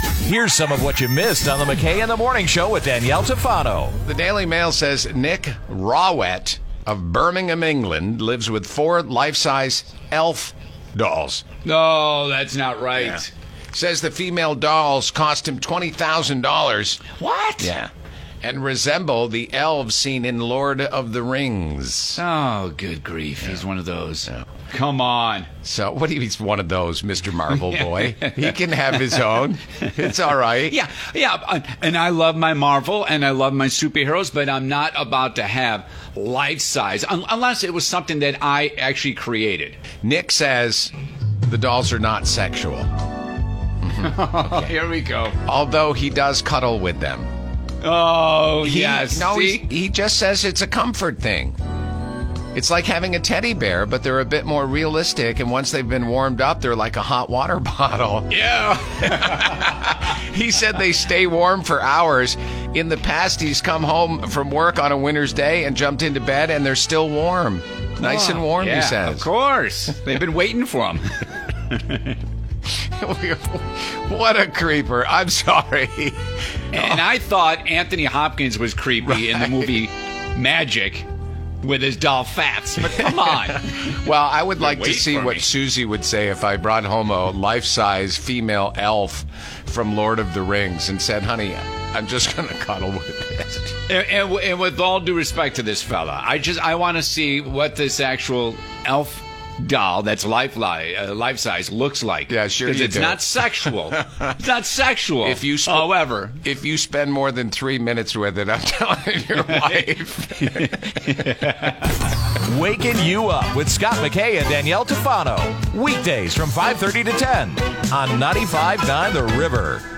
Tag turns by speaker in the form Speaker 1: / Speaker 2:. Speaker 1: Here's some of what you missed on the McKay in the Morning Show with Danielle Tafano.
Speaker 2: The Daily Mail says Nick Rawett of Birmingham, England, lives with four life-size elf dolls.
Speaker 3: No, that's not right.
Speaker 2: Says the female dolls cost him twenty thousand dollars.
Speaker 3: What?
Speaker 2: Yeah, and resemble the elves seen in Lord of the Rings.
Speaker 3: Oh, good grief. He's one of those. Come on.
Speaker 2: So what? do you- He's one of those, Mister Marvel boy. He can have his own. It's all right.
Speaker 3: Yeah, yeah. uh, And I love my Marvel and I love my superheroes, but I'm not about to have life size un- unless it was something that I actually created.
Speaker 2: Nick says the dolls are not sexual,
Speaker 3: Oh, here we go.
Speaker 2: although he does cuddle with them.
Speaker 3: Oh,
Speaker 2: He-
Speaker 3: yes.
Speaker 2: No,
Speaker 3: see?
Speaker 2: he, he just says it's a comfort thing. It's like having a teddy bear, but they're a bit more realistic. And once they've been warmed up, they're like a hot water bottle.
Speaker 3: yeah.
Speaker 2: He said they stay warm for hours. In the past, he's come home from work on a winter's day and jumped into bed, and they're still warm. Nice and warm,
Speaker 3: Yeah,
Speaker 2: he says.
Speaker 3: Of course. They've been waiting for him.
Speaker 2: what a creeper. I'm sorry. Oh.
Speaker 3: And I thought Anthony Hopkins was creepy in the movie Magic with his doll Fats, but come on.
Speaker 2: Well, I would like to
Speaker 3: wait
Speaker 2: see
Speaker 3: for
Speaker 2: what
Speaker 3: me.
Speaker 2: Susie would say if I brought home a life size female elf from Lord of the Rings and said, honey, I'm just going to cuddle with this.
Speaker 3: and, and, and with all due respect to this fella, I just I want to see what this actual elf doll that's life li- uh, life size looks like.
Speaker 2: Yeah, sure
Speaker 3: 'Cause
Speaker 2: you
Speaker 3: it's
Speaker 2: do.
Speaker 3: not sexual. it's not sexual.
Speaker 2: If you sp-
Speaker 3: however,
Speaker 2: If you spend more than three minutes with it, I'm telling your wife.
Speaker 1: Waking you up with Scott McKay and Danielle Tafano. Weekdays from 5.30 to 10 on 95.9 The River.